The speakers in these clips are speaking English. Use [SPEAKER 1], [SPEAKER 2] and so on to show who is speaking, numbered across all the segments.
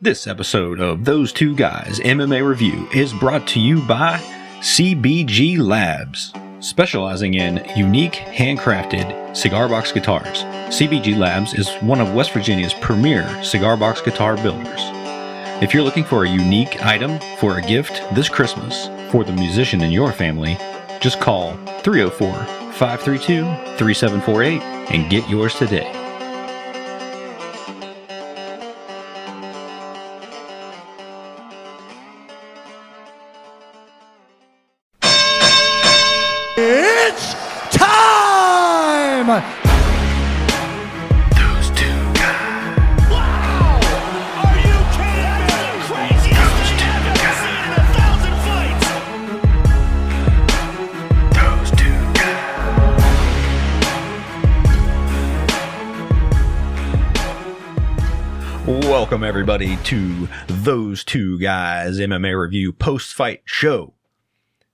[SPEAKER 1] This episode of Those Two Guys MMA Review is brought to you by CBG Labs, specializing in unique handcrafted cigar box guitars. CBG Labs is one of West Virginia's premier cigar box guitar builders. If you're looking for a unique item for a gift this Christmas for the musician in your family, just call 304 532 3748 and get yours today.
[SPEAKER 2] It's time!
[SPEAKER 1] Those two guys.
[SPEAKER 3] Are you kidding me? That's the craziest thing I've ever seen in a thousand fights.
[SPEAKER 1] Those two guys. Welcome, everybody, to Those Two Guys MMA Review Post Fight Show.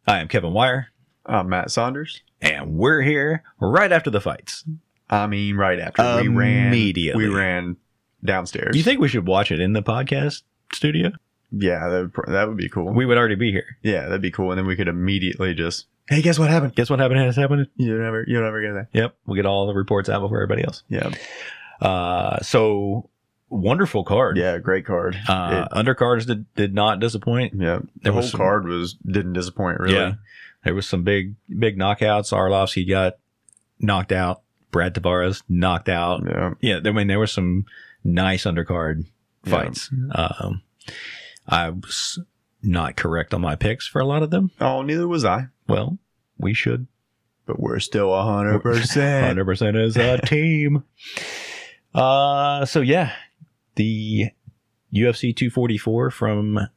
[SPEAKER 1] I am Kevin Wire,
[SPEAKER 2] I'm Uh, Matt Saunders.
[SPEAKER 1] and we're here right after the fights.
[SPEAKER 2] I mean, right after we ran,
[SPEAKER 1] Immediately.
[SPEAKER 2] we ran downstairs.
[SPEAKER 1] Do you think we should watch it in the podcast studio?
[SPEAKER 2] Yeah, that would, pr- that would be cool.
[SPEAKER 1] We would already be here.
[SPEAKER 2] yeah, that'd be cool, and then we could immediately just
[SPEAKER 1] Hey, guess what happened? Guess what happened has happened?
[SPEAKER 2] you never you never get that.
[SPEAKER 1] Yep, we'll get all the reports out before everybody else.
[SPEAKER 2] Yeah,
[SPEAKER 1] Uh, so, wonderful card.
[SPEAKER 2] yeah, great card.
[SPEAKER 1] Uh, undercards did, did not disappoint.
[SPEAKER 2] it, yeah, the
[SPEAKER 1] there
[SPEAKER 2] whole
[SPEAKER 1] was some-
[SPEAKER 2] card was didn't disappoint really.
[SPEAKER 1] Yeah. There was some big, big knockouts. Arlovsky got knocked out. Brad Tavares knocked out.
[SPEAKER 2] yeah,
[SPEAKER 1] Yeah. I mean, there were some nice undercard
[SPEAKER 2] Yeah.
[SPEAKER 1] fights. Um, I was not correct on my picks for a lot of them.
[SPEAKER 2] Oh, neither was I,
[SPEAKER 1] Well, we should.
[SPEAKER 2] but we're still a hundred percent.
[SPEAKER 1] 100% as a team. Uh, so yeah, the UFC 244 from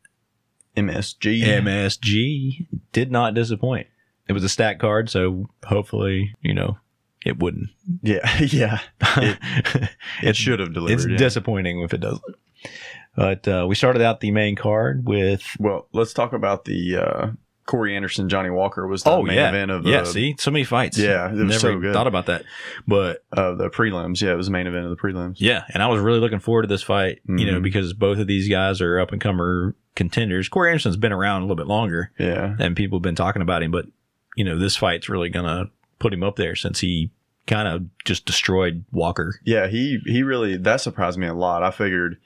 [SPEAKER 2] MSG.
[SPEAKER 1] MSG did not disappoint. It was a stack card, so hopefully, you know, it wouldn't.
[SPEAKER 2] yeah, yeah. It should have delivered.
[SPEAKER 1] it's
[SPEAKER 2] yeah.
[SPEAKER 1] disappointing if it doesn't. But uh, we started out the main card with
[SPEAKER 2] Well, let's talk about the uh, Corey Anderson Johnny Walker was the main event of
[SPEAKER 1] Oh, yeah.
[SPEAKER 2] the,
[SPEAKER 1] see, so many fights.
[SPEAKER 2] Um, Yeah, it was
[SPEAKER 1] never
[SPEAKER 2] so good.
[SPEAKER 1] thought about that. But
[SPEAKER 2] of the prelims. Yeah, it was the main event of the prelims.
[SPEAKER 1] yeah, and I was really looking forward to this fight. You know,
[SPEAKER 2] Mhm.
[SPEAKER 1] because both of these guys are up and comer contenders. Corey Anderson's been around a little bit longer.
[SPEAKER 2] Yeah,
[SPEAKER 1] and people have been talking about him, but you know, this fight's really gonna put him up there since he kind of just destroyed Walker.
[SPEAKER 2] yeah. He he really that surprised me a lot. I figured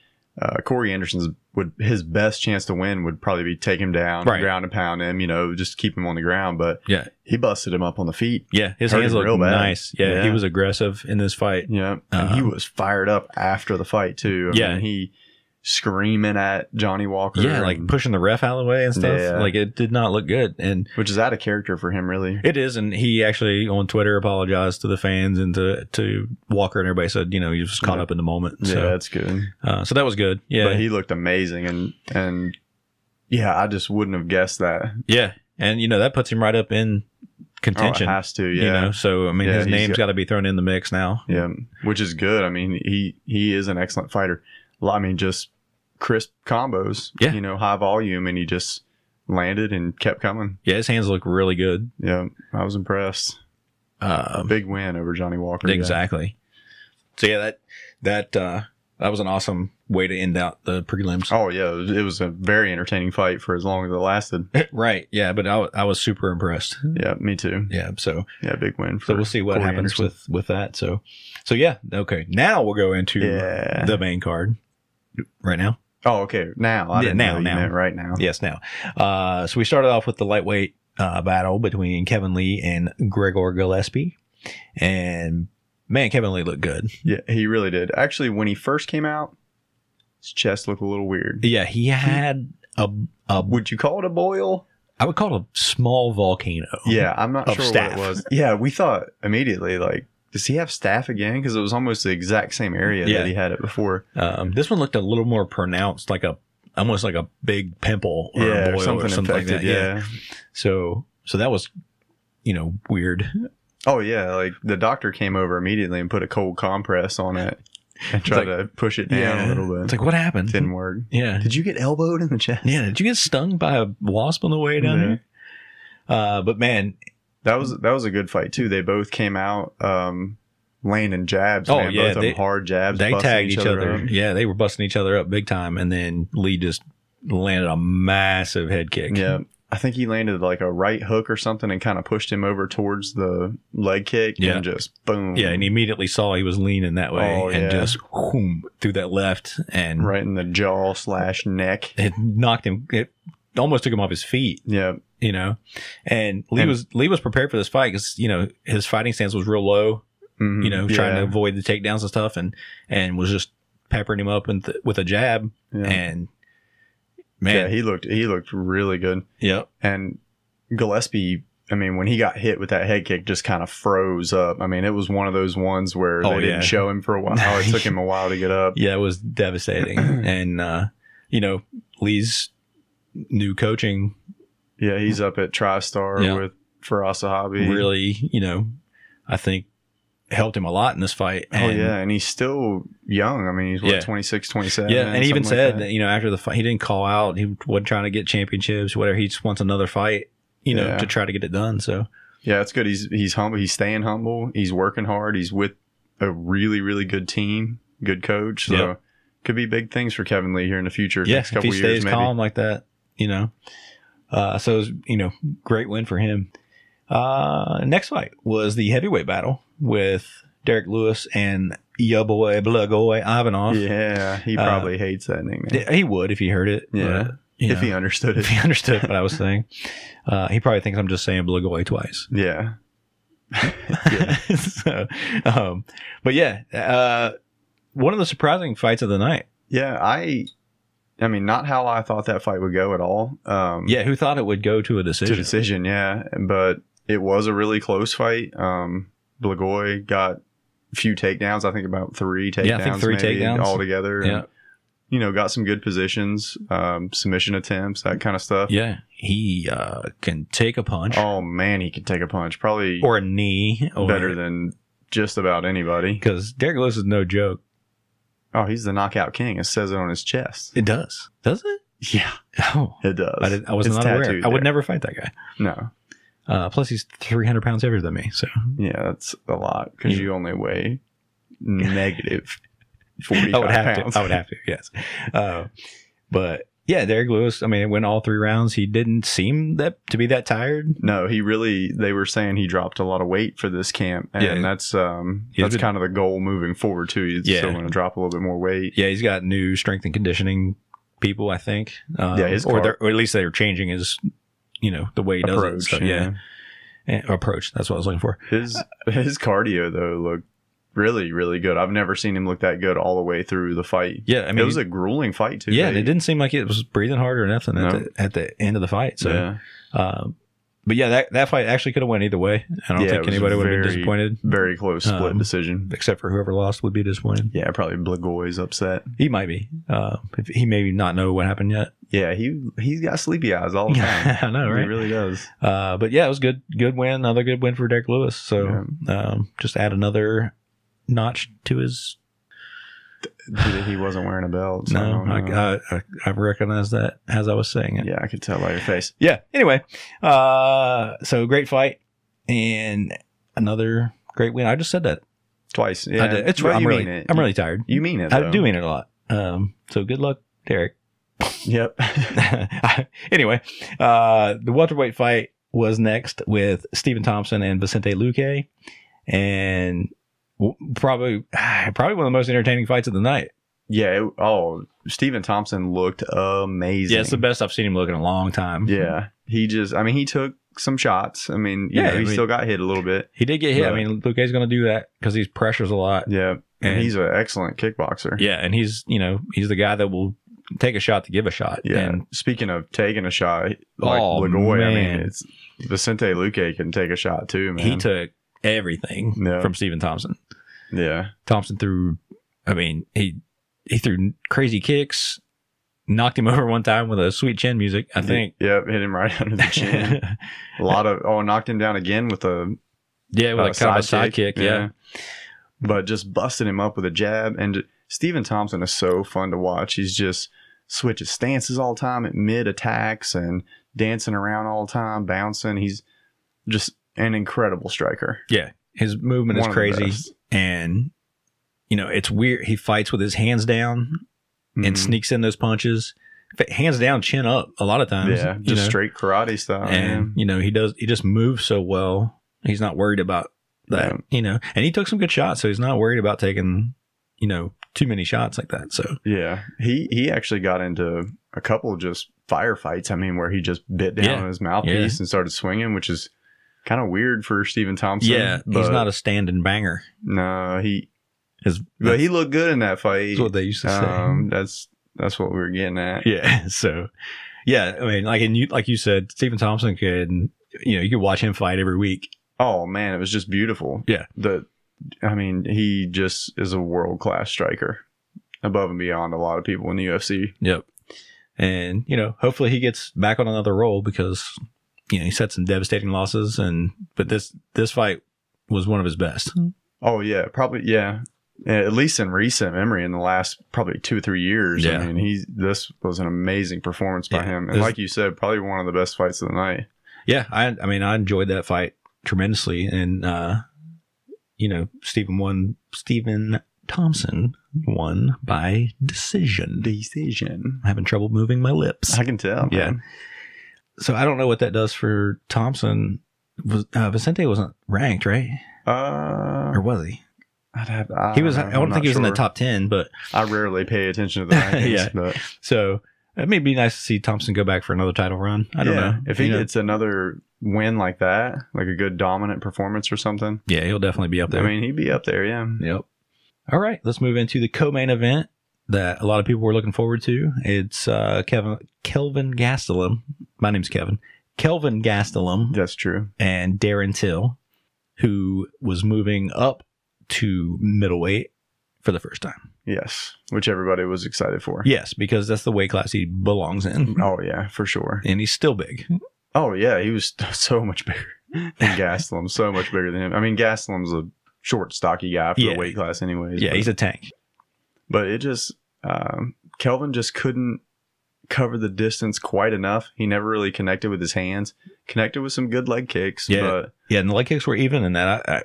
[SPEAKER 2] uh, Corey Anderson's would his best chance to win would probably be take him down,
[SPEAKER 1] Right.
[SPEAKER 2] ground and pound him. You know, just keep him on the ground. But
[SPEAKER 1] Yeah.
[SPEAKER 2] he busted him up on the feet.
[SPEAKER 1] Yeah, his
[SPEAKER 2] Hurt
[SPEAKER 1] hands
[SPEAKER 2] him
[SPEAKER 1] look
[SPEAKER 2] real bad.
[SPEAKER 1] nice. Yeah, he
[SPEAKER 2] Yeah.
[SPEAKER 1] was aggressive in this fight.
[SPEAKER 2] Yeah, and he
[SPEAKER 1] Uh-huh.
[SPEAKER 2] was fired up after the fight too. I
[SPEAKER 1] Yeah.
[SPEAKER 2] mean, he screaming at Johnny Walker.
[SPEAKER 1] Yeah, like
[SPEAKER 2] and-
[SPEAKER 1] pushing the ref out of the way and stuff.
[SPEAKER 2] Yeah.
[SPEAKER 1] Like it did not look good, and
[SPEAKER 2] which is out of character for him, really.
[SPEAKER 1] it is. And he actually on Twitter apologized to the fans and to to Walker and everybody said, you know, he was caught
[SPEAKER 2] Yeah.
[SPEAKER 1] up in the moment.
[SPEAKER 2] Yeah,
[SPEAKER 1] So,
[SPEAKER 2] that's good.
[SPEAKER 1] uh, so that was good. Yeah,
[SPEAKER 2] but he looked amazing and and yeah, I just wouldn't have guessed that.
[SPEAKER 1] yeah, and you know that puts him right up in contention.
[SPEAKER 2] Oh, it has to, yeah,
[SPEAKER 1] You know, so I mean,
[SPEAKER 2] Yeah,
[SPEAKER 1] his
[SPEAKER 2] he's
[SPEAKER 1] name's
[SPEAKER 2] got-
[SPEAKER 1] got to be thrown in the mix now.
[SPEAKER 2] yeah, which is good. I mean, he he is an excellent fighter. Well, I mean, just crisp combos,
[SPEAKER 1] Yeah.
[SPEAKER 2] you know, high volume, and he just landed and kept coming.
[SPEAKER 1] Yeah, his hands look really good.
[SPEAKER 2] Yeah, I was impressed.
[SPEAKER 1] Um,
[SPEAKER 2] Big win over Johnny Walker. yeah.
[SPEAKER 1] exactly. So yeah, that that uh, that was an awesome way to end out the prelims.
[SPEAKER 2] Oh yeah, it was- it was a very entertaining fight for as long as it lasted.
[SPEAKER 1] right. Yeah, but I, wa- I was super impressed.
[SPEAKER 2] yeah, me too.
[SPEAKER 1] Yeah. So
[SPEAKER 2] Yeah, big win. For
[SPEAKER 1] so we'll see what
[SPEAKER 2] Corey
[SPEAKER 1] happens
[SPEAKER 2] Anderson.
[SPEAKER 1] with with that. So so yeah. Okay. Now we'll go into
[SPEAKER 2] yeah.
[SPEAKER 1] the main card. Right now.
[SPEAKER 2] oh, okay. Now,
[SPEAKER 1] Yeah,
[SPEAKER 2] I didn't
[SPEAKER 1] now,
[SPEAKER 2] know you
[SPEAKER 1] now.
[SPEAKER 2] meant right now.
[SPEAKER 1] Yes. Now. Uh, so we started off with the lightweight uh, battle between Kevin Lee and Gregor Gillespie, and man, Kevin Lee looked good.
[SPEAKER 2] Yeah, he really did. Actually, when he first came out, his chest looked a little weird.
[SPEAKER 1] Yeah, he had a a
[SPEAKER 2] Would you call it a boil?
[SPEAKER 1] I would call it a small volcano.
[SPEAKER 2] Yeah, I'm not
[SPEAKER 1] Of
[SPEAKER 2] sure
[SPEAKER 1] staph.
[SPEAKER 2] what it was. Yeah, we thought immediately like, does he have staff again? Because it was almost the exact same area
[SPEAKER 1] Yeah.
[SPEAKER 2] that he had it before.
[SPEAKER 1] Um, this one looked a little more pronounced, like a almost like a big pimple or a
[SPEAKER 2] yeah,
[SPEAKER 1] boil
[SPEAKER 2] or something,
[SPEAKER 1] or something
[SPEAKER 2] infected.
[SPEAKER 1] like that.
[SPEAKER 2] yeah.
[SPEAKER 1] So so that was you know weird.
[SPEAKER 2] Oh yeah, like the doctor came over immediately and put a cold compress on it and tried to push it down a little bit.
[SPEAKER 1] It's like what happened?
[SPEAKER 2] didn't work.
[SPEAKER 1] yeah.
[SPEAKER 2] Did you get elbowed in the chest?
[SPEAKER 1] Yeah, did you get stung by a wasp on the way down
[SPEAKER 2] Yeah.
[SPEAKER 1] there? Uh, but man,
[SPEAKER 2] That was that was a good fight too. They both came out. Um, landing jabs.
[SPEAKER 1] Oh,
[SPEAKER 2] man.
[SPEAKER 1] yeah,
[SPEAKER 2] both of
[SPEAKER 1] they-
[SPEAKER 2] them hard jabs.
[SPEAKER 1] they
[SPEAKER 2] busting
[SPEAKER 1] tagged each other.
[SPEAKER 2] up.
[SPEAKER 1] Yeah, they were busting each other up big time, and then Lee just landed a massive head kick.
[SPEAKER 2] Yeah. I think he landed like a right hook or something and kind of pushed him over towards the leg kick
[SPEAKER 1] Yeah.
[SPEAKER 2] and just boom.
[SPEAKER 1] Yeah, and he immediately saw he was leaning that way
[SPEAKER 2] Oh,
[SPEAKER 1] and
[SPEAKER 2] yeah.
[SPEAKER 1] just whoom, through that left and
[SPEAKER 2] right in the jaw slash neck.
[SPEAKER 1] it knocked him. It almost took him off his feet,
[SPEAKER 2] Yeah.
[SPEAKER 1] you know. And Lee
[SPEAKER 2] And-
[SPEAKER 1] was Lee was prepared for this fight because you know his fighting stance was real low,
[SPEAKER 2] Mhm.
[SPEAKER 1] you know, trying to
[SPEAKER 2] Yeah.
[SPEAKER 1] avoid the takedowns and stuff, and and was just peppering him up and th- with a jab
[SPEAKER 2] Yeah.
[SPEAKER 1] and
[SPEAKER 2] yeah,
[SPEAKER 1] man,
[SPEAKER 2] he looked he looked really good.
[SPEAKER 1] yep.
[SPEAKER 2] And Gillespie, I mean, when he got hit with that head kick, just kind of froze up. I mean, it was one of those ones where
[SPEAKER 1] Oh,
[SPEAKER 2] they
[SPEAKER 1] yeah.
[SPEAKER 2] didn't show him for a while. It took him a while to get up.
[SPEAKER 1] yeah, it was devastating. and uh, you know, Lee's new coaching
[SPEAKER 2] Yeah, he's up at TriStar
[SPEAKER 1] Yeah.
[SPEAKER 2] with Farasahabi.
[SPEAKER 1] really, you know, I think helped him a lot in this fight.
[SPEAKER 2] Oh
[SPEAKER 1] And,
[SPEAKER 2] yeah, and he's still young. I mean, he's what
[SPEAKER 1] Yeah.
[SPEAKER 2] 26, 27.
[SPEAKER 1] Yeah, and he even
[SPEAKER 2] something
[SPEAKER 1] said
[SPEAKER 2] like
[SPEAKER 1] that. you know after the fight he didn't call out. He wasn't trying to get championships, whatever. He just wants another fight, you know,
[SPEAKER 2] Yeah.
[SPEAKER 1] to try to get it done. So
[SPEAKER 2] Yeah, it's good. He's he's humble. He's staying humble. He's working hard. He's with a really really good team, good coach. So
[SPEAKER 1] Yep.
[SPEAKER 2] could be big things for Kevin Lee here in the future.
[SPEAKER 1] yeah, if
[SPEAKER 2] next
[SPEAKER 1] he
[SPEAKER 2] couple
[SPEAKER 1] stays
[SPEAKER 2] years maybe.
[SPEAKER 1] calm like that, you know. Uh, so it was, you know, great win for him. Uh, next fight was the heavyweight battle with Derek Lewis and your boy, blood boy Ivanov.
[SPEAKER 2] Yeah, he
[SPEAKER 1] Uh,
[SPEAKER 2] probably hates that nickname
[SPEAKER 1] Yeah, He would if he heard it.
[SPEAKER 2] Yeah.
[SPEAKER 1] but, you
[SPEAKER 2] if
[SPEAKER 1] know,
[SPEAKER 2] he understood it.
[SPEAKER 1] if he understood what I was saying, uh, he probably thinks I'm just saying Blagoy twice.
[SPEAKER 2] Yeah. yeah.
[SPEAKER 1] so, um, but yeah, uh, one of the surprising fights of the night.
[SPEAKER 2] Yeah, I I mean not how I thought that fight would go at all. Um
[SPEAKER 1] Yeah, who thought it would go to a
[SPEAKER 2] to
[SPEAKER 1] decision?
[SPEAKER 2] decision, yeah. But it was a really close fight. Um Blagoy got a few takedowns, I think about three takedowns.
[SPEAKER 1] Yeah, I think three
[SPEAKER 2] maybe,
[SPEAKER 1] takedowns.
[SPEAKER 2] altogether.
[SPEAKER 1] Yeah,
[SPEAKER 2] And, you know, got some good positions, um, submission attempts, that kind of stuff.
[SPEAKER 1] yeah, he uh, can take a punch
[SPEAKER 2] Oh man, he can take a punch. Probably
[SPEAKER 1] or a knee, or,
[SPEAKER 2] better than just about anybody.
[SPEAKER 1] because Derek Lewis is no joke.
[SPEAKER 2] Oh, he's the knockout king. It says it on his chest.
[SPEAKER 1] It does, does it?
[SPEAKER 2] Yeah,
[SPEAKER 1] Oh,
[SPEAKER 2] it does.
[SPEAKER 1] I, did, I was
[SPEAKER 2] It's
[SPEAKER 1] not aware.
[SPEAKER 2] tattooed
[SPEAKER 1] I would
[SPEAKER 2] there.
[SPEAKER 1] never fight that guy.
[SPEAKER 2] No,
[SPEAKER 1] Uh, plus, he's 300 pounds heavier than me. So,
[SPEAKER 2] Yeah, that's a lot because
[SPEAKER 1] Yeah.
[SPEAKER 2] you only weigh negative forty
[SPEAKER 1] I would
[SPEAKER 2] five
[SPEAKER 1] have
[SPEAKER 2] pounds.
[SPEAKER 1] to. I would have to. Yes. Uh, but yeah, Derek Lewis. I mean, it went all three rounds. He didn't seem that to be that tired.
[SPEAKER 2] No, he really. They were saying he dropped a lot of weight for this camp, and
[SPEAKER 1] Yeah.
[SPEAKER 2] that's um
[SPEAKER 1] He's
[SPEAKER 2] that's
[SPEAKER 1] been-
[SPEAKER 2] kind of the goal moving forward too. He's
[SPEAKER 1] Yeah.
[SPEAKER 2] still going to drop a little bit more weight.
[SPEAKER 1] Yeah, he's got new strength and conditioning people. I think. Um,
[SPEAKER 2] Yeah, his
[SPEAKER 1] or,
[SPEAKER 2] car-
[SPEAKER 1] they're- or at least they're changing his, you know, the way he does
[SPEAKER 2] Approach,
[SPEAKER 1] it. So, yeah, And- approach. That's what I was looking for.
[SPEAKER 2] his his cardio though looked really really good. I've never seen him look that good all the way through the fight.
[SPEAKER 1] Yeah, I mean,
[SPEAKER 2] it was a grueling fight too.
[SPEAKER 1] yeah, and
[SPEAKER 2] they-
[SPEAKER 1] it didn't seem like it was breathing hard or nothing at,
[SPEAKER 2] No.
[SPEAKER 1] the, at the end of the fight. So,
[SPEAKER 2] yeah.
[SPEAKER 1] um, but yeah, that that fight actually could have went either way. I don't
[SPEAKER 2] Yeah, it
[SPEAKER 1] think
[SPEAKER 2] was
[SPEAKER 1] anybody would have been
[SPEAKER 2] very-
[SPEAKER 1] disappointed,
[SPEAKER 2] very close split
[SPEAKER 1] Um,
[SPEAKER 2] decision.
[SPEAKER 1] except for whoever lost would be disappointed.
[SPEAKER 2] Yeah, probably Blagoy's upset.
[SPEAKER 1] He might be. Uh, if he may not know what happened yet.
[SPEAKER 2] Yeah, he he's got sleepy eyes all the time.
[SPEAKER 1] I know,
[SPEAKER 2] He
[SPEAKER 1] right?
[SPEAKER 2] really does.
[SPEAKER 1] Uh, but yeah, it was good. Good win. Another good win for Derek Lewis. So um, just add another notch to his.
[SPEAKER 2] He, he wasn't wearing a belt. so I
[SPEAKER 1] No,
[SPEAKER 2] don't know.
[SPEAKER 1] I, I, I recognize that as I was saying it.
[SPEAKER 2] yeah, I could tell by your face.
[SPEAKER 1] yeah. Anyway, uh, so great fight and another great win. I just said that.
[SPEAKER 2] Twice.
[SPEAKER 1] I
[SPEAKER 2] Yeah,
[SPEAKER 1] did. It's
[SPEAKER 2] Well,
[SPEAKER 1] I'm
[SPEAKER 2] you
[SPEAKER 1] really,
[SPEAKER 2] mean it.
[SPEAKER 1] I'm really tired.
[SPEAKER 2] You mean it.
[SPEAKER 1] I
[SPEAKER 2] though.
[SPEAKER 1] do mean it a lot. Um, so good luck, Derek.
[SPEAKER 2] Yep.
[SPEAKER 1] anyway, uh, the welterweight fight was next with Stephen Thompson and Vicente Luque, and w- probably probably one of the most entertaining fights of the night.
[SPEAKER 2] yeah. It, oh, Stephen Thompson looked amazing.
[SPEAKER 1] Yeah, it's the best I've seen him look in a long time.
[SPEAKER 2] Yeah, he just. I mean, he took some shots. I mean, you
[SPEAKER 1] Yeah,
[SPEAKER 2] know,
[SPEAKER 1] I
[SPEAKER 2] he
[SPEAKER 1] mean-
[SPEAKER 2] still got hit a little bit.
[SPEAKER 1] he did get hit. I
[SPEAKER 2] But-
[SPEAKER 1] mean, Luque's going to do that because he pressures a lot.
[SPEAKER 2] Yeah, and,
[SPEAKER 1] And-
[SPEAKER 2] he's an excellent kickboxer.
[SPEAKER 1] Yeah, and he's you know he's the guy that will take a shot to give a shot.
[SPEAKER 2] Yeah.
[SPEAKER 1] and
[SPEAKER 2] Speaking of taking a shot, like
[SPEAKER 1] Oh,
[SPEAKER 2] Lagoy, I
[SPEAKER 1] man.
[SPEAKER 2] mean, it's Vicente Luque can take a shot too, man.
[SPEAKER 1] he took everything
[SPEAKER 2] Yeah.
[SPEAKER 1] from Stephen Thompson.
[SPEAKER 2] yeah,
[SPEAKER 1] Thompson threw. I mean, he he threw crazy kicks, knocked him over one time with a sweet chin music. I think.
[SPEAKER 2] Yep, hit him right under the chin. a lot of oh, knocked him down again with a
[SPEAKER 1] yeah, with
[SPEAKER 2] Uh,
[SPEAKER 1] like kind of a side kick. Yeah.
[SPEAKER 2] But just busting him up with a jab. And j- Steven Thompson is so fun to watch. He's just switches stances all the time at mid attacks and dancing around all the time, bouncing. He's just an incredible striker.
[SPEAKER 1] yeah, His movement
[SPEAKER 2] One
[SPEAKER 1] is
[SPEAKER 2] of the
[SPEAKER 1] crazy.
[SPEAKER 2] best.
[SPEAKER 1] and you know it's weird. He fights with his hands down and
[SPEAKER 2] Mhm.
[SPEAKER 1] sneaks in those punches, Fa- hands down, chin up. A lot of times,
[SPEAKER 2] Yeah,
[SPEAKER 1] you
[SPEAKER 2] just
[SPEAKER 1] know?
[SPEAKER 2] straight karate style.
[SPEAKER 1] and
[SPEAKER 2] Oh, yeah.
[SPEAKER 1] you know he does. He just moves so well. He's not worried about that,
[SPEAKER 2] Yeah.
[SPEAKER 1] you know. And he took some good shots, so he's not worried about taking you know too many shots like that. So
[SPEAKER 2] Yeah. He he actually got into a couple of just firefights. I mean, where he just bit down
[SPEAKER 1] Yeah.
[SPEAKER 2] on his mouthpiece
[SPEAKER 1] Yeah.
[SPEAKER 2] and started swinging, which is kind of weird for Steven Thompson.
[SPEAKER 1] yeah, he's
[SPEAKER 2] but
[SPEAKER 1] not a standing banger.
[SPEAKER 2] no he.
[SPEAKER 1] Is
[SPEAKER 2] But he looked good in that fight.
[SPEAKER 1] that's what they used to say.
[SPEAKER 2] Um, that's that's what we were getting at.
[SPEAKER 1] Yeah. So, yeah, I mean, like and you, like you said, Stephen Thompson could, you know, you could watch him fight every week.
[SPEAKER 2] Oh man, it was just beautiful.
[SPEAKER 1] Yeah.
[SPEAKER 2] The, I mean, he just is a world class striker, above and beyond a lot of people in the UFC.
[SPEAKER 1] Yep. And you know, hopefully he gets back on another roll because you know he's had some devastating losses, and but this this fight was one of his best.
[SPEAKER 2] Oh yeah, probably yeah. At least in recent memory, in the last probably two or three years,
[SPEAKER 1] Yeah.
[SPEAKER 2] I mean, he this was an amazing performance by
[SPEAKER 1] Yeah.
[SPEAKER 2] him, and
[SPEAKER 1] This-
[SPEAKER 2] like you said, probably one of the best fights of the night.
[SPEAKER 1] Yeah, I I mean I enjoyed that fight tremendously, and uh, you know Stephen won Stephen Thompson won by decision.
[SPEAKER 2] Decision,
[SPEAKER 1] I'm having trouble moving my lips.
[SPEAKER 2] I can tell.
[SPEAKER 1] Yeah.
[SPEAKER 2] man.
[SPEAKER 1] So I don't know what that does for Thompson. Was, uh, Vicente wasn't ranked, right? Or
[SPEAKER 2] Uh,
[SPEAKER 1] was he?
[SPEAKER 2] I'd have. I
[SPEAKER 1] He was.
[SPEAKER 2] don't
[SPEAKER 1] I
[SPEAKER 2] know,
[SPEAKER 1] don't
[SPEAKER 2] I'm
[SPEAKER 1] think
[SPEAKER 2] not
[SPEAKER 1] he was in the
[SPEAKER 2] sure.
[SPEAKER 1] top ten, but
[SPEAKER 2] I rarely pay attention to the rankings,
[SPEAKER 1] Yeah.
[SPEAKER 2] but
[SPEAKER 1] so it may be nice to see Thompson go back for another title run. I don't
[SPEAKER 2] Yeah,
[SPEAKER 1] know
[SPEAKER 2] If he
[SPEAKER 1] You know,
[SPEAKER 2] gets another win like that, like a good dominant performance or something,
[SPEAKER 1] yeah, he'll definitely be up
[SPEAKER 2] I
[SPEAKER 1] there.
[SPEAKER 2] mean, he'd be up there. Yeah.
[SPEAKER 1] yep. All right, let's move into the co-main event that a lot of people were looking forward to. It's uh, Kevin Kelvin Gastelum. My name's Kevin. Kelvin Gastelum
[SPEAKER 2] That's true.
[SPEAKER 1] and Darren Till, who was moving up to middleweight for the first time.
[SPEAKER 2] Yes. Which everybody was excited for.
[SPEAKER 1] Yes, because that's the weight class he belongs in.
[SPEAKER 2] Oh, yeah, for sure.
[SPEAKER 1] And he's still big.
[SPEAKER 2] Oh, yeah. He was so much bigger than Gastelum, so much bigger than him. I mean, Gastelum's a short, stocky guy for
[SPEAKER 1] Yeah.
[SPEAKER 2] the weight class, anyways.
[SPEAKER 1] Yeah,
[SPEAKER 2] but,
[SPEAKER 1] he's a tank.
[SPEAKER 2] but it just, um, Kelvin just couldn't cover the distance quite enough. He never really connected with his hands, connected with some good leg kicks,
[SPEAKER 1] Yeah.
[SPEAKER 2] but
[SPEAKER 1] Yeah, and the leg kicks were even in that. I, I,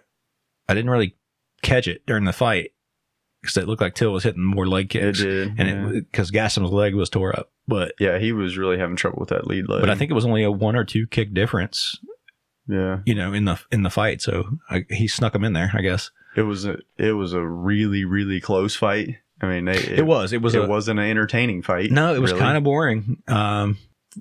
[SPEAKER 1] I didn't really catch it during the fight because it looked like Till was hitting more leg
[SPEAKER 2] it
[SPEAKER 1] kicks.
[SPEAKER 2] did. yeah.
[SPEAKER 1] And because Gaston's leg was tore up. But
[SPEAKER 2] yeah, he was really having trouble with that lead leg.
[SPEAKER 1] but I think it was only a one or two kick difference,
[SPEAKER 2] Yeah,
[SPEAKER 1] you know, in the in the fight. So I, he snuck him in there, I guess.
[SPEAKER 2] it was a it was a really really close fight. I mean, they,
[SPEAKER 1] It, was. It was.
[SPEAKER 2] it
[SPEAKER 1] a,
[SPEAKER 2] wasn't an entertaining fight.
[SPEAKER 1] no, it was
[SPEAKER 2] really.
[SPEAKER 1] kind of boring. Um,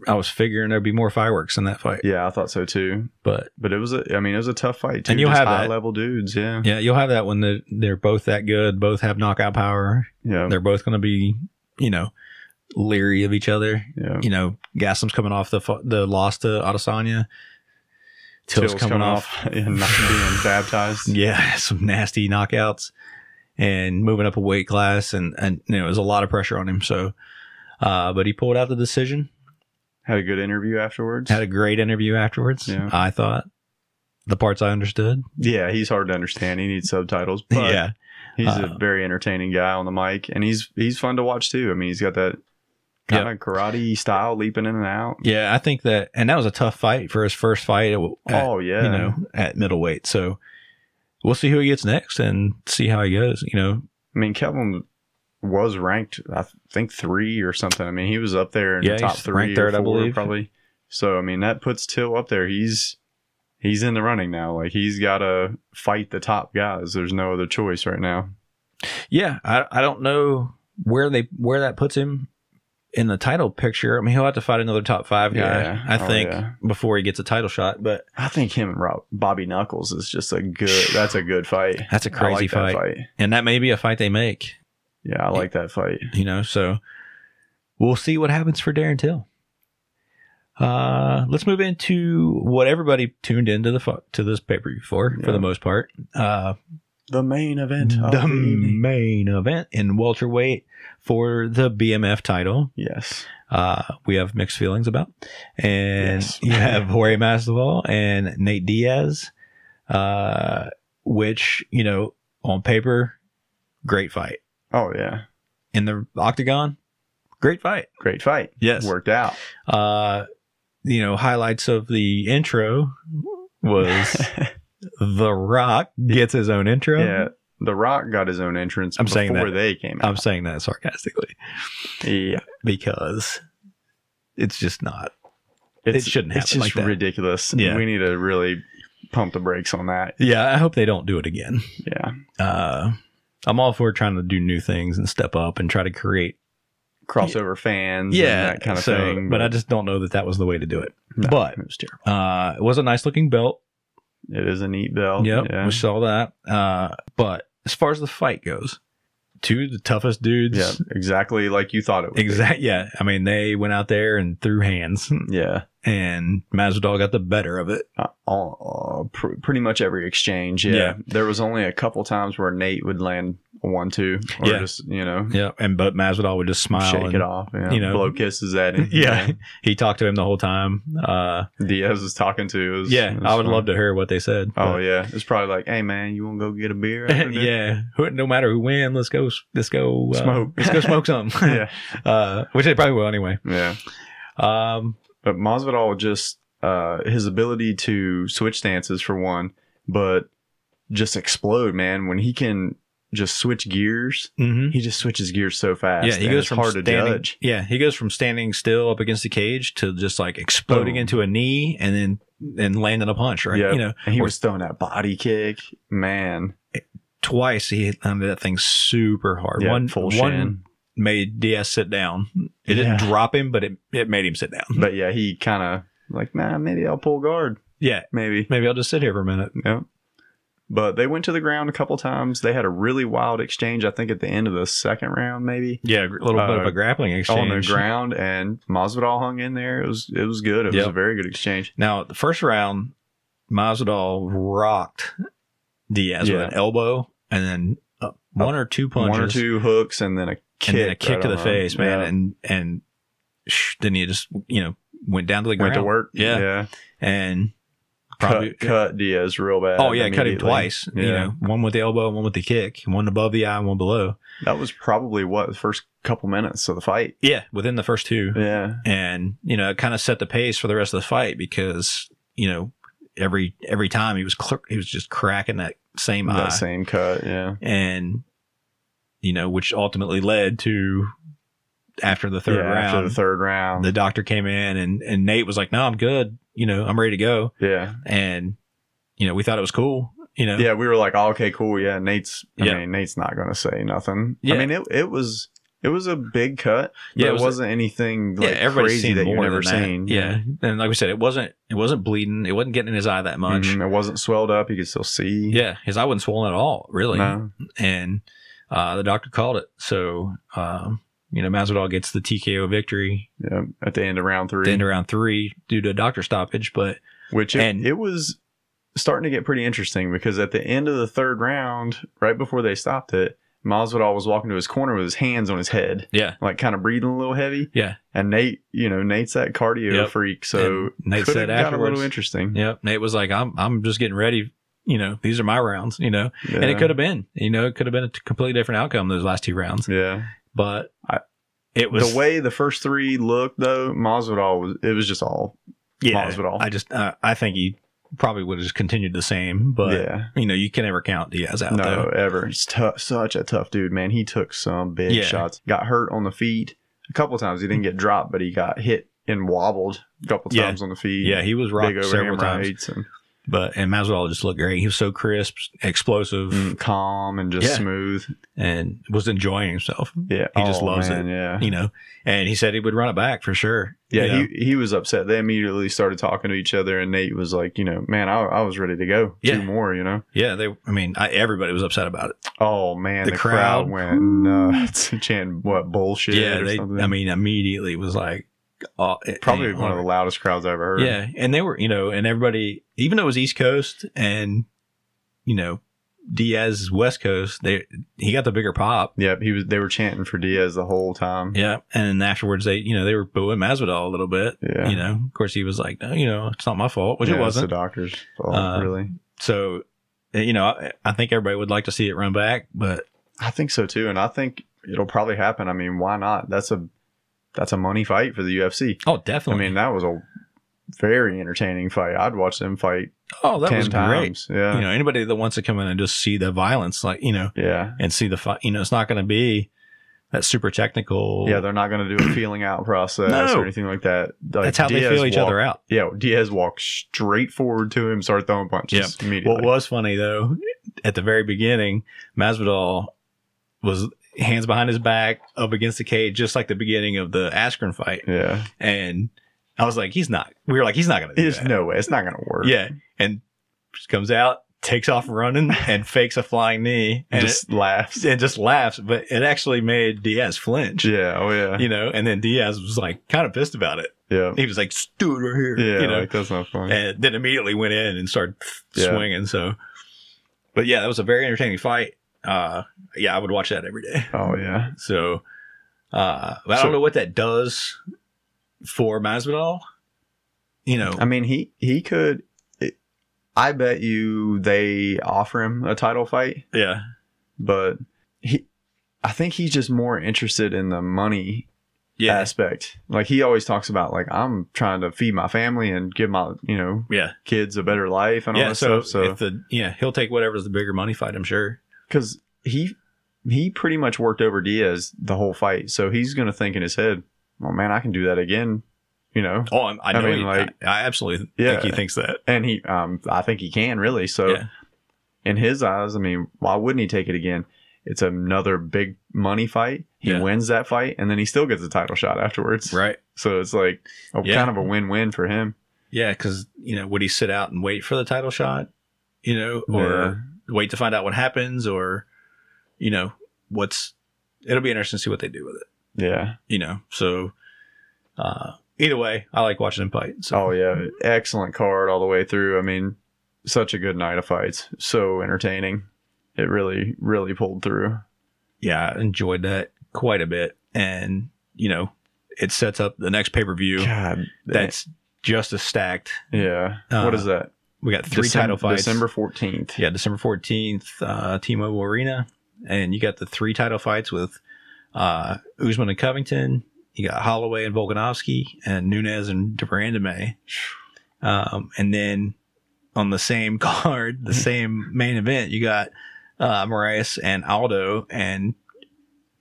[SPEAKER 1] I was figuring there'd be more fireworks in that fight,
[SPEAKER 2] Yeah, I thought so too.
[SPEAKER 1] but
[SPEAKER 2] But it was a I mean, it was a tough fight. Too.
[SPEAKER 1] And you'll
[SPEAKER 2] Just
[SPEAKER 1] have
[SPEAKER 2] high
[SPEAKER 1] that.
[SPEAKER 2] level dudes. Yeah,
[SPEAKER 1] yeah, you'll have that when they're, they're both that good, both have knockout power.
[SPEAKER 2] yeah,
[SPEAKER 1] They're both going to be, you know, leery of each other.
[SPEAKER 2] yeah.
[SPEAKER 1] You know, Gaslam's coming off the fu- the loss to Adesanya. Till's, coming, off,
[SPEAKER 2] and not being baptized.
[SPEAKER 1] yeah, some nasty knockouts, and moving up a weight class, and and you know, it was a lot of pressure on him. So, uh, but he pulled out the decision.
[SPEAKER 2] Had a good interview afterwards.
[SPEAKER 1] Had a great interview afterwards.
[SPEAKER 2] Yeah.
[SPEAKER 1] I thought the parts I understood.
[SPEAKER 2] yeah, he's hard to understand. He needs subtitles. But
[SPEAKER 1] yeah,
[SPEAKER 2] he's
[SPEAKER 1] Uh,
[SPEAKER 2] a very entertaining guy on the mic, and he's he's fun to watch too. I mean, he's got that kind of karate style leaping in and out.
[SPEAKER 1] yeah, I think that, and that was a tough fight for his first fight. At, at-
[SPEAKER 2] oh yeah,
[SPEAKER 1] you know, at middleweight. So we'll see who he gets next and see how he goes. You know,
[SPEAKER 2] I mean, Kelvin was ranked, I think, three or something. I mean, he was up there in
[SPEAKER 1] Yeah,
[SPEAKER 2] the top
[SPEAKER 1] he's
[SPEAKER 2] three,
[SPEAKER 1] ranked
[SPEAKER 2] or
[SPEAKER 1] third, I
[SPEAKER 2] four,
[SPEAKER 1] believe.
[SPEAKER 2] probably. So I mean, that puts Till up there. He's he's in the running now. Like he's got to fight the top guys. There's no other choice right now.
[SPEAKER 1] yeah, I, I don't know where they where that puts him in the title picture. I mean, he'll have to fight another top five guy,
[SPEAKER 2] Yeah.
[SPEAKER 1] I
[SPEAKER 2] Oh,
[SPEAKER 1] think,
[SPEAKER 2] yeah.
[SPEAKER 1] before he gets a title shot. But
[SPEAKER 2] I think him and Rob, Bobby Knuckles is just a good. That's a good fight.
[SPEAKER 1] that's a
[SPEAKER 2] I
[SPEAKER 1] crazy
[SPEAKER 2] like that
[SPEAKER 1] fight. and that may be a fight they make.
[SPEAKER 2] Yeah, I like that fight.
[SPEAKER 1] You know, so we'll see what happens for Darren Till. Uh, let's move into what everybody tuned into the fu- to this pay per view for, for
[SPEAKER 2] Yeah. uh,
[SPEAKER 1] the most part. Uh,
[SPEAKER 2] The main event. Of the
[SPEAKER 1] the
[SPEAKER 2] evening.
[SPEAKER 1] main event in welterweight for the BMF title.
[SPEAKER 2] Yes.
[SPEAKER 1] Uh, we have mixed feelings about, and
[SPEAKER 2] Yes.
[SPEAKER 1] you have Jorge Masvidal and Nate Diaz, uh, which you know on paper, great fight
[SPEAKER 2] Oh yeah,
[SPEAKER 1] in the octagon, great fight.
[SPEAKER 2] great fight.
[SPEAKER 1] Yes,
[SPEAKER 2] Worked out.
[SPEAKER 1] uh, you know highlights of the intro was The Rock gets his own intro.
[SPEAKER 2] yeah. The Rock got his own entrance
[SPEAKER 1] I'm saying
[SPEAKER 2] before
[SPEAKER 1] that. Um,
[SPEAKER 2] they came
[SPEAKER 1] I'm
[SPEAKER 2] out.
[SPEAKER 1] saying that sarcastically
[SPEAKER 2] yeah,
[SPEAKER 1] because it's just not. It shouldn't happen
[SPEAKER 2] It's just
[SPEAKER 1] like that.
[SPEAKER 2] ridiculous.
[SPEAKER 1] Yeah.
[SPEAKER 2] we need to really pump the brakes on that.
[SPEAKER 1] Yeah, I hope they don't do it again.
[SPEAKER 2] Yeah,
[SPEAKER 1] Uh, I'm all for trying to do new things and step up and try to create
[SPEAKER 2] crossover fans.
[SPEAKER 1] yeah
[SPEAKER 2] and that kind of
[SPEAKER 1] so-
[SPEAKER 2] thing.
[SPEAKER 1] But I just don't know that that was the way to do it.
[SPEAKER 2] No,
[SPEAKER 1] but-
[SPEAKER 2] it was terrible.
[SPEAKER 1] Uh, it was a nice looking belt.
[SPEAKER 2] It is a neat belt.
[SPEAKER 1] Yep,
[SPEAKER 2] Oh, Yeah.
[SPEAKER 1] we saw that. Uh, but as far as the fight goes, two of the toughest dudes.
[SPEAKER 2] Yeah, exactly like you thought it would. be.
[SPEAKER 1] Exact. Yeah. I mean, they went out there and threw hands,
[SPEAKER 2] Yeah.
[SPEAKER 1] and Masvidal got the better of it.
[SPEAKER 2] Uh, all, uh, pr- pretty much every exchange. Yeah.
[SPEAKER 1] Yeah.
[SPEAKER 2] There was only a couple times where Nate would land a one, two, or
[SPEAKER 1] Yeah.
[SPEAKER 2] just, you know,
[SPEAKER 1] Yeah. And but Masvidal would just smile.
[SPEAKER 2] Mm-hmm. shake
[SPEAKER 1] and,
[SPEAKER 2] it off. Yeah.
[SPEAKER 1] you know.
[SPEAKER 2] blow kisses at him.
[SPEAKER 1] Yeah. he talked to him the whole time. Uh,
[SPEAKER 2] Yeah. Diaz was talking to. It was,
[SPEAKER 1] yeah.
[SPEAKER 2] it was
[SPEAKER 1] I would
[SPEAKER 2] fun.
[SPEAKER 1] love to hear what they said.
[SPEAKER 2] Oh, yeah. It's probably like, hey, man, you want to go get a beer?
[SPEAKER 1] but-
[SPEAKER 2] after this?"
[SPEAKER 1] yeah. Who- No matter who wins, let's go. Let's go uh,
[SPEAKER 2] Smoke.
[SPEAKER 1] Let's go smoke something.
[SPEAKER 2] yeah.
[SPEAKER 1] Uh, which they probably will anyway.
[SPEAKER 2] Yeah.
[SPEAKER 1] Um,
[SPEAKER 2] But Masvidal just uh, his ability to switch stances for one, but just explode, man. When he can just switch gears,
[SPEAKER 1] mhm.
[SPEAKER 2] he just switches gears so fast.
[SPEAKER 1] Yeah, he
[SPEAKER 2] and
[SPEAKER 1] goes
[SPEAKER 2] it's
[SPEAKER 1] from
[SPEAKER 2] hard
[SPEAKER 1] standing,
[SPEAKER 2] to judge.
[SPEAKER 1] Yeah, he goes from standing still up against the cage to just like exploding
[SPEAKER 2] Boom.
[SPEAKER 1] into a knee and then and landing a punch. Right,
[SPEAKER 2] Yep.
[SPEAKER 1] you know,
[SPEAKER 2] And he
[SPEAKER 1] or-
[SPEAKER 2] was throwing that body kick, man.
[SPEAKER 1] twice he landed that thing super hard.
[SPEAKER 2] Yeah,
[SPEAKER 1] one one
[SPEAKER 2] full shin.
[SPEAKER 1] made Diaz sit down. It
[SPEAKER 2] Yeah.
[SPEAKER 1] didn't drop him, but it it made him sit down.
[SPEAKER 2] But yeah, he kind of like, nah, maybe I'll pull guard,
[SPEAKER 1] Yeah,
[SPEAKER 2] maybe.
[SPEAKER 1] maybe I'll just sit here for a minute.
[SPEAKER 2] Yeah. But they went to the ground a couple times. They had a really wild exchange. I think at the end of the second round, maybe.
[SPEAKER 1] Yeah, a little bit of
[SPEAKER 2] Uh,
[SPEAKER 1] a grappling exchange
[SPEAKER 2] on the ground, and Masvidal hung in there. It was it was good. It was
[SPEAKER 1] Yep.
[SPEAKER 2] a very good exchange.
[SPEAKER 1] Now the first round, Masvidal rocked Diaz
[SPEAKER 2] Yeah.
[SPEAKER 1] with an elbow and then uh, one or two punches.
[SPEAKER 2] One or two hooks, and then a kick.
[SPEAKER 1] and then a kick
[SPEAKER 2] right
[SPEAKER 1] to the
[SPEAKER 2] on.
[SPEAKER 1] face, man,
[SPEAKER 2] Yeah.
[SPEAKER 1] and and sh- then he just you know went down to the ground
[SPEAKER 2] went to work.
[SPEAKER 1] Yeah.
[SPEAKER 2] yeah.
[SPEAKER 1] and probably
[SPEAKER 2] Cut, cut Diaz real bad.
[SPEAKER 1] oh yeah, cut him
[SPEAKER 2] immediately.
[SPEAKER 1] twice. You
[SPEAKER 2] Yeah.
[SPEAKER 1] know, one with the elbow, one with the kick, one above the eye, and one below.
[SPEAKER 2] That was probably what the first couple minutes of the fight.
[SPEAKER 1] Yeah, within the first two,
[SPEAKER 2] Yeah,
[SPEAKER 1] and you know, it kind of set the pace for the rest of the fight because you know every every time he was cl- he was just cracking that same eye,
[SPEAKER 2] that same cut. Yeah,
[SPEAKER 1] and you know, which ultimately led to after the third
[SPEAKER 2] Yeah,
[SPEAKER 1] round.
[SPEAKER 2] After the third round.
[SPEAKER 1] the doctor came in and, and Nate was like, no, I'm good. You know, I'm ready to go.
[SPEAKER 2] yeah,
[SPEAKER 1] And, you know, we thought it was cool, you know?
[SPEAKER 2] yeah. We were like, oh, okay, cool. Yeah, Nate's. I
[SPEAKER 1] Yeah.
[SPEAKER 2] mean, Nate's not gonna say nothing.
[SPEAKER 1] Yeah.
[SPEAKER 2] I mean, it it was it was a big cut. But
[SPEAKER 1] Yeah,
[SPEAKER 2] it,
[SPEAKER 1] it was-
[SPEAKER 2] was, not anything
[SPEAKER 1] Yeah,
[SPEAKER 2] like
[SPEAKER 1] everybody's
[SPEAKER 2] crazy
[SPEAKER 1] seen
[SPEAKER 2] that you've
[SPEAKER 1] more
[SPEAKER 2] never
[SPEAKER 1] than that.
[SPEAKER 2] seen.
[SPEAKER 1] Yeah. And like we said, it wasn't, it wasn't bleeding. It wasn't getting in his eye that much.
[SPEAKER 2] Mhm, It wasn't swelled up. You could still see.
[SPEAKER 1] Yeah. His eye wasn't swollen at all, really.
[SPEAKER 2] No.
[SPEAKER 1] And, uh, the doctor called it. So, um, you know, Masvidal gets the TKO victory
[SPEAKER 2] Yeah. At the end of round
[SPEAKER 1] at
[SPEAKER 2] three,
[SPEAKER 1] the end of round three due to a doctor stoppage. But
[SPEAKER 2] which it,
[SPEAKER 1] and-
[SPEAKER 2] it was starting to get pretty interesting because at the end of the third round, right before they stopped it, Masvidal was walking to his corner with his hands on his head,
[SPEAKER 1] yeah,
[SPEAKER 2] like kind of breathing a little heavy.
[SPEAKER 1] Yeah.
[SPEAKER 2] And Nate, you know, Nate's that cardio
[SPEAKER 1] Yep.
[SPEAKER 2] freak, so
[SPEAKER 1] And Nate
[SPEAKER 2] could
[SPEAKER 1] said
[SPEAKER 2] have got a
[SPEAKER 1] afterwards-
[SPEAKER 2] little interesting.
[SPEAKER 1] yep. Nate was like, I'm, I'm just getting ready. You know, these are my rounds, you know? And
[SPEAKER 2] Yeah.
[SPEAKER 1] it could have been, you know, it could have been a t- completely different outcome those last two rounds.
[SPEAKER 2] Yeah.
[SPEAKER 1] But
[SPEAKER 2] I-
[SPEAKER 1] it was
[SPEAKER 2] the way the first three looked, though, Masvidal was it was just all.
[SPEAKER 1] yeah,
[SPEAKER 2] Masvidal.
[SPEAKER 1] I just uh, I think he probably would have just continued the same, but
[SPEAKER 2] yeah.
[SPEAKER 1] you know you can never count Diaz out
[SPEAKER 2] No,
[SPEAKER 1] though.
[SPEAKER 2] ever. He's tou- such a tough dude, man. He took some big
[SPEAKER 1] Yeah.
[SPEAKER 2] shots. Got hurt on the feet a couple times. He didn't get dropped, but he got hit and wobbled a couple
[SPEAKER 1] Yeah.
[SPEAKER 2] times on the feet.
[SPEAKER 1] Yeah, he was
[SPEAKER 2] big
[SPEAKER 1] rocked several
[SPEAKER 2] overhand
[SPEAKER 1] times,
[SPEAKER 2] rights and
[SPEAKER 1] but and Masvidal just looked great. He was so crisp, explosive,
[SPEAKER 2] mm, calm and just
[SPEAKER 1] Yeah.
[SPEAKER 2] smooth.
[SPEAKER 1] and was enjoying himself.
[SPEAKER 2] Yeah,
[SPEAKER 1] He just loves
[SPEAKER 2] it. Yeah,
[SPEAKER 1] You know, and he said he would run it back for sure.
[SPEAKER 2] yeah.
[SPEAKER 1] you know?
[SPEAKER 2] He he was upset. They immediately started talking to each other, and Nate was like, you know, man, I, I was ready to go.
[SPEAKER 1] Yeah.
[SPEAKER 2] Two more, you know.
[SPEAKER 1] yeah. They, I mean, I, everybody was upset about it.
[SPEAKER 2] Oh man,
[SPEAKER 1] The
[SPEAKER 2] the, crowd,
[SPEAKER 1] crowd.
[SPEAKER 2] went nuts, chanting what bullshit.
[SPEAKER 1] yeah,
[SPEAKER 2] or
[SPEAKER 1] they.
[SPEAKER 2] something.
[SPEAKER 1] I mean, immediately was like, oh,
[SPEAKER 2] probably
[SPEAKER 1] damn,
[SPEAKER 2] one of the loudest crowds I've ever heard.
[SPEAKER 1] Yeah, and they were, you know, and everybody, even though it was East Coast and you know Diaz is West Coast, they he got the bigger pop.
[SPEAKER 2] Yep, he was. They were chanting for Diaz the whole time.
[SPEAKER 1] Yeah, and afterwards they, you know, they were booing Masvidal a little bit.
[SPEAKER 2] Yeah.
[SPEAKER 1] You know, of course he was like, no, you know, it's not my fault, which
[SPEAKER 2] Yeah,
[SPEAKER 1] it
[SPEAKER 2] it's
[SPEAKER 1] wasn't.
[SPEAKER 2] the doctor's fault,
[SPEAKER 1] Uh,
[SPEAKER 2] really.
[SPEAKER 1] So, uh, you know, I, I think everybody would like to see it run back, but
[SPEAKER 2] I think so too, and I think it'll probably happen. I mean, why not? That's a that's a money fight for the UFC.
[SPEAKER 1] oh,
[SPEAKER 2] I
[SPEAKER 1] definitely.
[SPEAKER 2] mean, that was a very entertaining fight. I'd watch them fight
[SPEAKER 1] Oh, that
[SPEAKER 2] ten
[SPEAKER 1] was great.
[SPEAKER 2] times. Yeah,
[SPEAKER 1] You know, anybody that wants to come in and just see the violence, like, you know,
[SPEAKER 2] yeah,
[SPEAKER 1] and see the fight, you know, it's not going to be that super technical.
[SPEAKER 2] yeah. They're not going to do a feeling out process
[SPEAKER 1] No.
[SPEAKER 2] or anything like that. Like,
[SPEAKER 1] that's how they
[SPEAKER 2] Diaz
[SPEAKER 1] feel each
[SPEAKER 2] walked-
[SPEAKER 1] other out.
[SPEAKER 2] Yeah, Diaz walked straight forward to him, started throwing punches immediately.
[SPEAKER 1] What was funny though, at the very beginning, Masvidal was hands behind his back, up against the cage, just like the beginning of the Askren fight.
[SPEAKER 2] yeah,
[SPEAKER 1] And I was like, he's not. We were like, he's not going to do
[SPEAKER 2] there's
[SPEAKER 1] that.
[SPEAKER 2] no way. It's not going to work.
[SPEAKER 1] yeah, and just comes out, takes off running, and fakes a flying knee, and
[SPEAKER 2] just laughs.
[SPEAKER 1] it, and just laughs. But it actually made Diaz flinch.
[SPEAKER 2] Yeah, oh yeah,
[SPEAKER 1] You know, and then Diaz was like kind of pissed about it.
[SPEAKER 2] yeah,
[SPEAKER 1] He was like, "Just "Do it right here,"
[SPEAKER 2] yeah.
[SPEAKER 1] you know,
[SPEAKER 2] like that's not funny.
[SPEAKER 1] and then immediately went in and started
[SPEAKER 2] Yeah.
[SPEAKER 1] swinging. So, but yeah, that was a very entertaining fight. Uh, yeah, I would watch that every day.
[SPEAKER 2] oh yeah,
[SPEAKER 1] So, uh, but I
[SPEAKER 2] So-
[SPEAKER 1] don't know what that does for Masvidal. You know,
[SPEAKER 2] I mean he he could. it- I bet you they offer him a title fight.
[SPEAKER 1] yeah,
[SPEAKER 2] but he I think he's just more interested in the money
[SPEAKER 1] yeah,
[SPEAKER 2] aspect. Like he always talks about like I'm trying to feed my family and give my, you know,
[SPEAKER 1] yeah,
[SPEAKER 2] kids a better life and all
[SPEAKER 1] yeah.
[SPEAKER 2] that
[SPEAKER 1] So,
[SPEAKER 2] stuff. So
[SPEAKER 1] if the yeah, he'll take whatever's the bigger money fight. I'm sure.
[SPEAKER 2] cuz he he pretty much worked over Diaz the whole fight. So he's going to think in his head, "Oh man, I can do that again." You know.
[SPEAKER 1] Oh, I'm, I
[SPEAKER 2] I
[SPEAKER 1] know.
[SPEAKER 2] mean,
[SPEAKER 1] he-
[SPEAKER 2] like-
[SPEAKER 1] I, I absolutely
[SPEAKER 2] Yeah.
[SPEAKER 1] think he thinks that.
[SPEAKER 2] And he um I think he can really. So
[SPEAKER 1] Yeah.
[SPEAKER 2] in his eyes, I mean, why wouldn't he take it again? It's another big money fight. He
[SPEAKER 1] Yeah.
[SPEAKER 2] wins that fight and then he still gets a title shot afterwards.
[SPEAKER 1] Right.
[SPEAKER 2] So it's like a,
[SPEAKER 1] Yeah.
[SPEAKER 2] kind of a win-win for him.
[SPEAKER 1] Yeah, because you know, would he sit out and wait for the title shot? You know, or wait to find out what happens, or you know, what's? It'll be interesting to see what they do with it.
[SPEAKER 2] yeah.
[SPEAKER 1] You know, so uh, either way, I like watching him fight. So
[SPEAKER 2] Oh yeah, excellent card all the way through. I mean, such a good night of fights. So entertaining. It really, really pulled through.
[SPEAKER 1] yeah, I enjoyed that quite a bit, and you know, it sets up the next pay per view
[SPEAKER 2] God,
[SPEAKER 1] that's just as stacked.
[SPEAKER 2] yeah.
[SPEAKER 1] Uh,
[SPEAKER 2] what is that?
[SPEAKER 1] We got three
[SPEAKER 2] Decem-
[SPEAKER 1] title fights.
[SPEAKER 2] December fourteenth.
[SPEAKER 1] Yeah, December 14th, uh, T-Mobile Arena. And you got the three title fights with uh, Usman and Covington. You got Holloway and Volkanovski and Nunez and DeBrandame. Um, and then on the same card,
[SPEAKER 2] Mm-hmm.
[SPEAKER 1] the same main event, you got uh, Moraes and Aldo and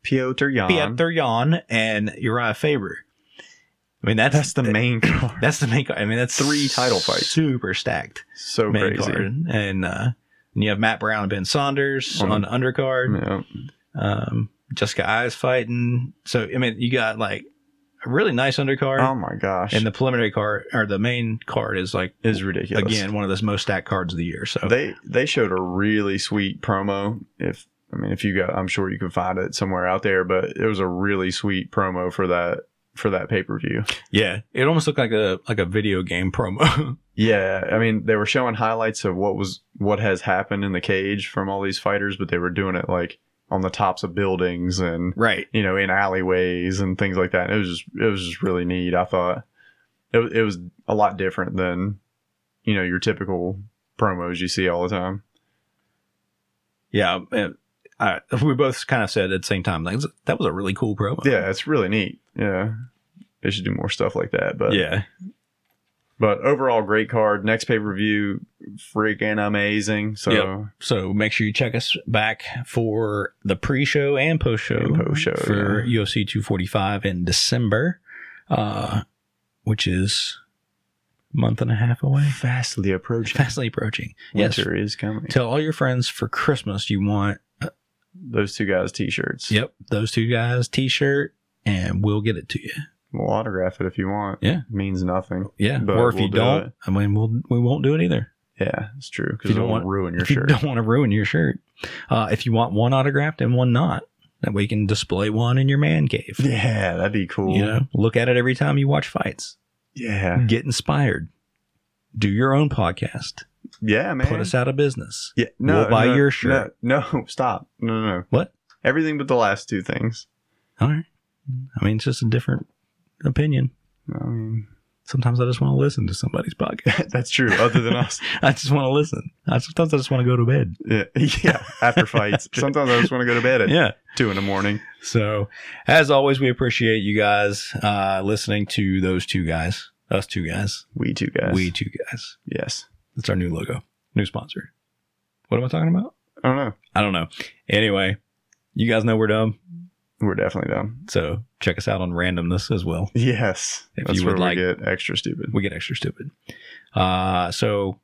[SPEAKER 2] Piotr Jan.
[SPEAKER 1] Piotr Jan and Uriah Faber. I mean, that's,
[SPEAKER 2] That's the main card.
[SPEAKER 1] That's the main card. I mean, that's
[SPEAKER 2] Three title fights.
[SPEAKER 1] Super stacked
[SPEAKER 2] So
[SPEAKER 1] main
[SPEAKER 2] crazy.
[SPEAKER 1] card, and uh, and you have Matt Brown and Ben Saunders
[SPEAKER 2] On
[SPEAKER 1] on,
[SPEAKER 2] the-
[SPEAKER 1] the undercard.
[SPEAKER 2] Yeah. Mm-hmm.
[SPEAKER 1] Um, Jessica Eyes fighting. So I mean, you got like a really nice undercard,
[SPEAKER 2] Oh my gosh.
[SPEAKER 1] and the preliminary card or the main card is like
[SPEAKER 2] is ridiculous.
[SPEAKER 1] again one of those most stacked cards of the year. So
[SPEAKER 2] they they showed a really sweet promo if i mean if you got i'm sure you can find it somewhere out there but it was a really sweet promo for that for that pay-per-view
[SPEAKER 1] yeah, it almost looked like a like a video game promo.
[SPEAKER 2] yeah i mean they were showing highlights of what was what has happened in the cage from all these fighters but they were doing it like on the tops of buildings and
[SPEAKER 1] right.
[SPEAKER 2] you know in alleyways and things like that it was just it was just really neat i thought it, wa- it was a lot different than you know your typical promos you see all the time
[SPEAKER 1] Yeah. and I, we both kind of said at the same time, like, that was a really cool promo.
[SPEAKER 2] yeah it's really neat yeah they should do more stuff like that but
[SPEAKER 1] Yeah.
[SPEAKER 2] But overall, great card. Next pay per view, freaking amazing. So
[SPEAKER 1] Yep. So make sure you check us back for the pre-show and post-show,
[SPEAKER 2] And post-show,
[SPEAKER 1] for
[SPEAKER 2] yeah.
[SPEAKER 1] UFC 245 in December, uh, which is a month and a half away,
[SPEAKER 2] fastly approaching.
[SPEAKER 1] fastly approaching. Yes.
[SPEAKER 2] Winter is coming.
[SPEAKER 1] Tell all your friends for Christmas you want.
[SPEAKER 2] Those two guys' t shirts.
[SPEAKER 1] Yep, those two guys T-shirt, and we'll get it to you.
[SPEAKER 2] We'll autograph it if you want.
[SPEAKER 1] Yeah.
[SPEAKER 2] means nothing.
[SPEAKER 1] Yeah,
[SPEAKER 2] But
[SPEAKER 1] or if
[SPEAKER 2] we'll
[SPEAKER 1] you
[SPEAKER 2] do
[SPEAKER 1] don't,
[SPEAKER 2] it.
[SPEAKER 1] I mean, we'll we won't do it either.
[SPEAKER 2] Yeah, it's true.
[SPEAKER 1] If you
[SPEAKER 2] Because
[SPEAKER 1] don't
[SPEAKER 2] it'll
[SPEAKER 1] want-
[SPEAKER 2] ruin your
[SPEAKER 1] if you
[SPEAKER 2] shirt.
[SPEAKER 1] don't want to ruin your shirt, uh, if you want one autographed and one not, that way you can display one in your man cave.
[SPEAKER 2] Yeah, that'd be cool.
[SPEAKER 1] You know, look at it every time you watch fights.
[SPEAKER 2] Yeah.
[SPEAKER 1] Get inspired. Do your own podcast.
[SPEAKER 2] Yeah, man.
[SPEAKER 1] Put us out of business.
[SPEAKER 2] yeah, no,
[SPEAKER 1] We'll buy
[SPEAKER 2] no,
[SPEAKER 1] your shirt.
[SPEAKER 2] No, no, stop. No, no, no.
[SPEAKER 1] What?
[SPEAKER 2] Everything but the last two things.
[SPEAKER 1] All right. I mean, it's just a different opinion.
[SPEAKER 2] I mean,
[SPEAKER 1] Sometimes I just want to listen to somebody's podcast.
[SPEAKER 2] that's true. Other than us.
[SPEAKER 1] I just want to listen. I sometimes I just want to go to bed.
[SPEAKER 2] Yeah. yeah. After fights. Sometimes I just want to go to bed at
[SPEAKER 1] Yeah.
[SPEAKER 2] two in the morning.
[SPEAKER 1] So, as always, we appreciate you guys uh, listening to those two guys. Us two guys.
[SPEAKER 2] We two guys.
[SPEAKER 1] We two guys.
[SPEAKER 2] Yes.
[SPEAKER 1] That's our new logo. New sponsor. What am I talking about?
[SPEAKER 2] I don't know.
[SPEAKER 1] I don't know. Anyway, you guys know we're dumb,
[SPEAKER 2] We're definitely dumb.
[SPEAKER 1] so check us out on randomness as well.
[SPEAKER 2] Yes.
[SPEAKER 1] If
[SPEAKER 2] That's
[SPEAKER 1] you
[SPEAKER 2] where
[SPEAKER 1] would
[SPEAKER 2] we
[SPEAKER 1] like-
[SPEAKER 2] get extra stupid.
[SPEAKER 1] We get extra stupid. Uh so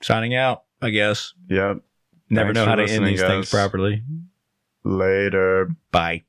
[SPEAKER 1] signing out, I guess.
[SPEAKER 2] Yep.
[SPEAKER 1] Never
[SPEAKER 2] Thanks
[SPEAKER 1] know
[SPEAKER 2] for
[SPEAKER 1] how to end
[SPEAKER 2] listening,
[SPEAKER 1] these things
[SPEAKER 2] guys.
[SPEAKER 1] properly.
[SPEAKER 2] Later.
[SPEAKER 1] Bye.